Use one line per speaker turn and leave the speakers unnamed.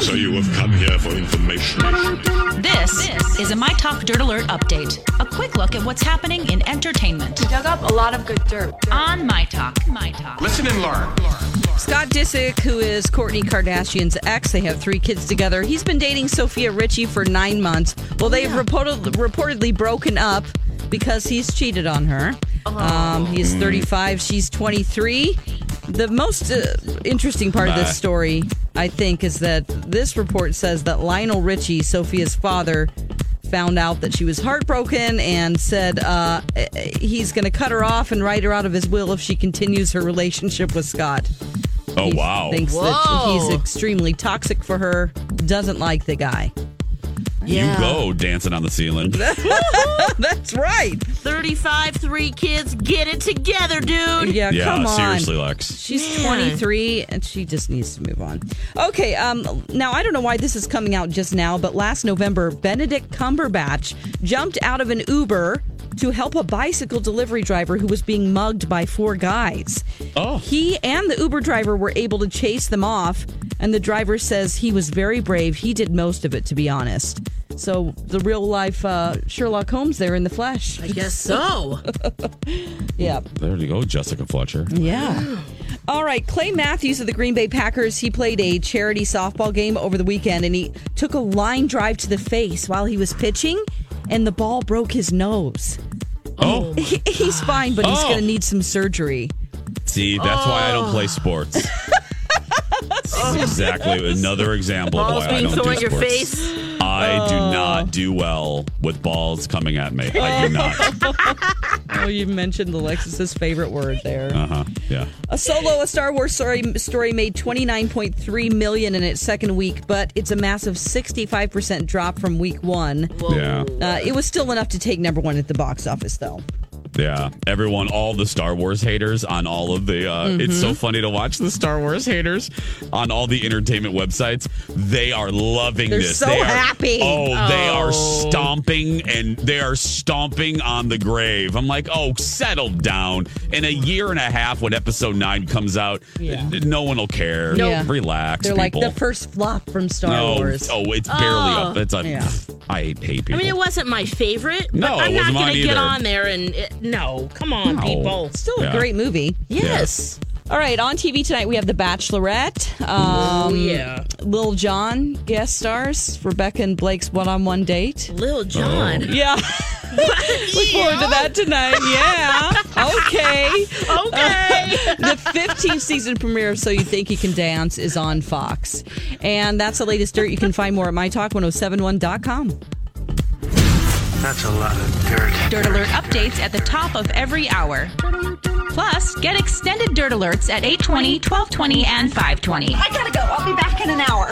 So you have come here for information.
This, is a My Talk Dirt Alert update. A quick look at what's happening in entertainment
dug up a lot of good dirt.
on My Talk. My Talk.
Listen and learn.
Scott Disick, who is Courtney Kardashian's ex, they have three kids together. He's been dating Sophia Richie for nine months. Well, they've reported, reportedly broken up because he's cheated on her. Um, he's 35, she's 23. The most uh, interesting part of this story, I think, is that this report says that Lionel Richie, Sophia's father, found out that she was heartbroken and said uh, eh, eh, he's going to cut her off and write her out of his will if she continues her relationship with Scott.
Oh
He
wow!
Thinks that
Whoa.
he's extremely toxic for her. Doesn't like the guy.
Yeah.
You go dancing on the ceiling.
That's right.
35, three kids. Get it together, dude.
Yeah,
yeah,
come on.
seriously, Lex.
She's
Man.
23 and she just needs to move on. Okay, um now I don't know why this is coming out just now, but last November Benedict Cumberbatch jumped out of an Uber to help a bicycle delivery driver who was being mugged by four guys.
Oh.
He and the Uber driver were able to chase them off, and the driver says he was very brave. He did most of it to be honest. So the real life uh, Sherlock Holmes there in the flesh.
I guess so.
Yeah.
There you go, Jessica Fletcher.
Mm-hmm.
Yeah. All right, Clay Matthews of the Green Bay Packers, he played a charity softball game over the weekend and he took a line drive to the face while he was pitching and the ball broke his nose.
Oh,
He, he's fine, but he's
Oh.
going to need some surgery.
see, that's why I don't
Oh.
play sports. This is exactly another example of
Balls
why I
being
don't do
thrown
sports.
in your face. Oh.
I do not do well with balls coming at me. I do not.
Oh, you mentioned Alexis's favorite word there.
Uh huh. Yeah.
A solo, a Star Wars story, story made 29.3 million in its second week, but it's a massive 65% drop from week one.
Yeah.
Uh, it was still enough to take number one at the box office, though.
Yeah, everyone, all the Star Wars haters on all of the. Uh, It's
Mm-hmm.
so funny to watch the Star Wars haters on all the entertainment websites. They are loving
They're
this.
so
They are-
happy.
Oh, they are
Oh.
stomping and they are stomping on the grave. I'm like, oh, settle down. In a year and a half, when episode nine comes out,
Yeah.
n- no one will care.
Nope. Yeah.
Relax,
They're
people.
like the first flop from Star
no,
Wars.
oh, it's barely
Oh.
up. It's a,
Yeah.
I hate people.
I mean, it wasn't my favorite.
No,
but
it
I'm
wasn't
not
mine
to get
either.
on there and. It, no, come on,
No.
people.
Still a
Yeah.
great movie.
Yes.
All right, on TV tonight we have The Bachelorette. Um,
Oh, yeah.
Lil John guest stars Rebecca and Blake's one-on-one date.
Um, Lil
Oh,
John.
Yeah, look forward to that tonight. Yeah. Okay.
Okay.
the 15th season premiere of So You Think You Can Dance is on Fox. And that's the latest dirt. You can find more at mytalk1071.com.
That's a lot of dirt.
Dirt Alert updates at the top of every hour. Plus, get extended Dirt Alerts at 820, 1220, and 520.
I gotta go. I'll be back in an hour.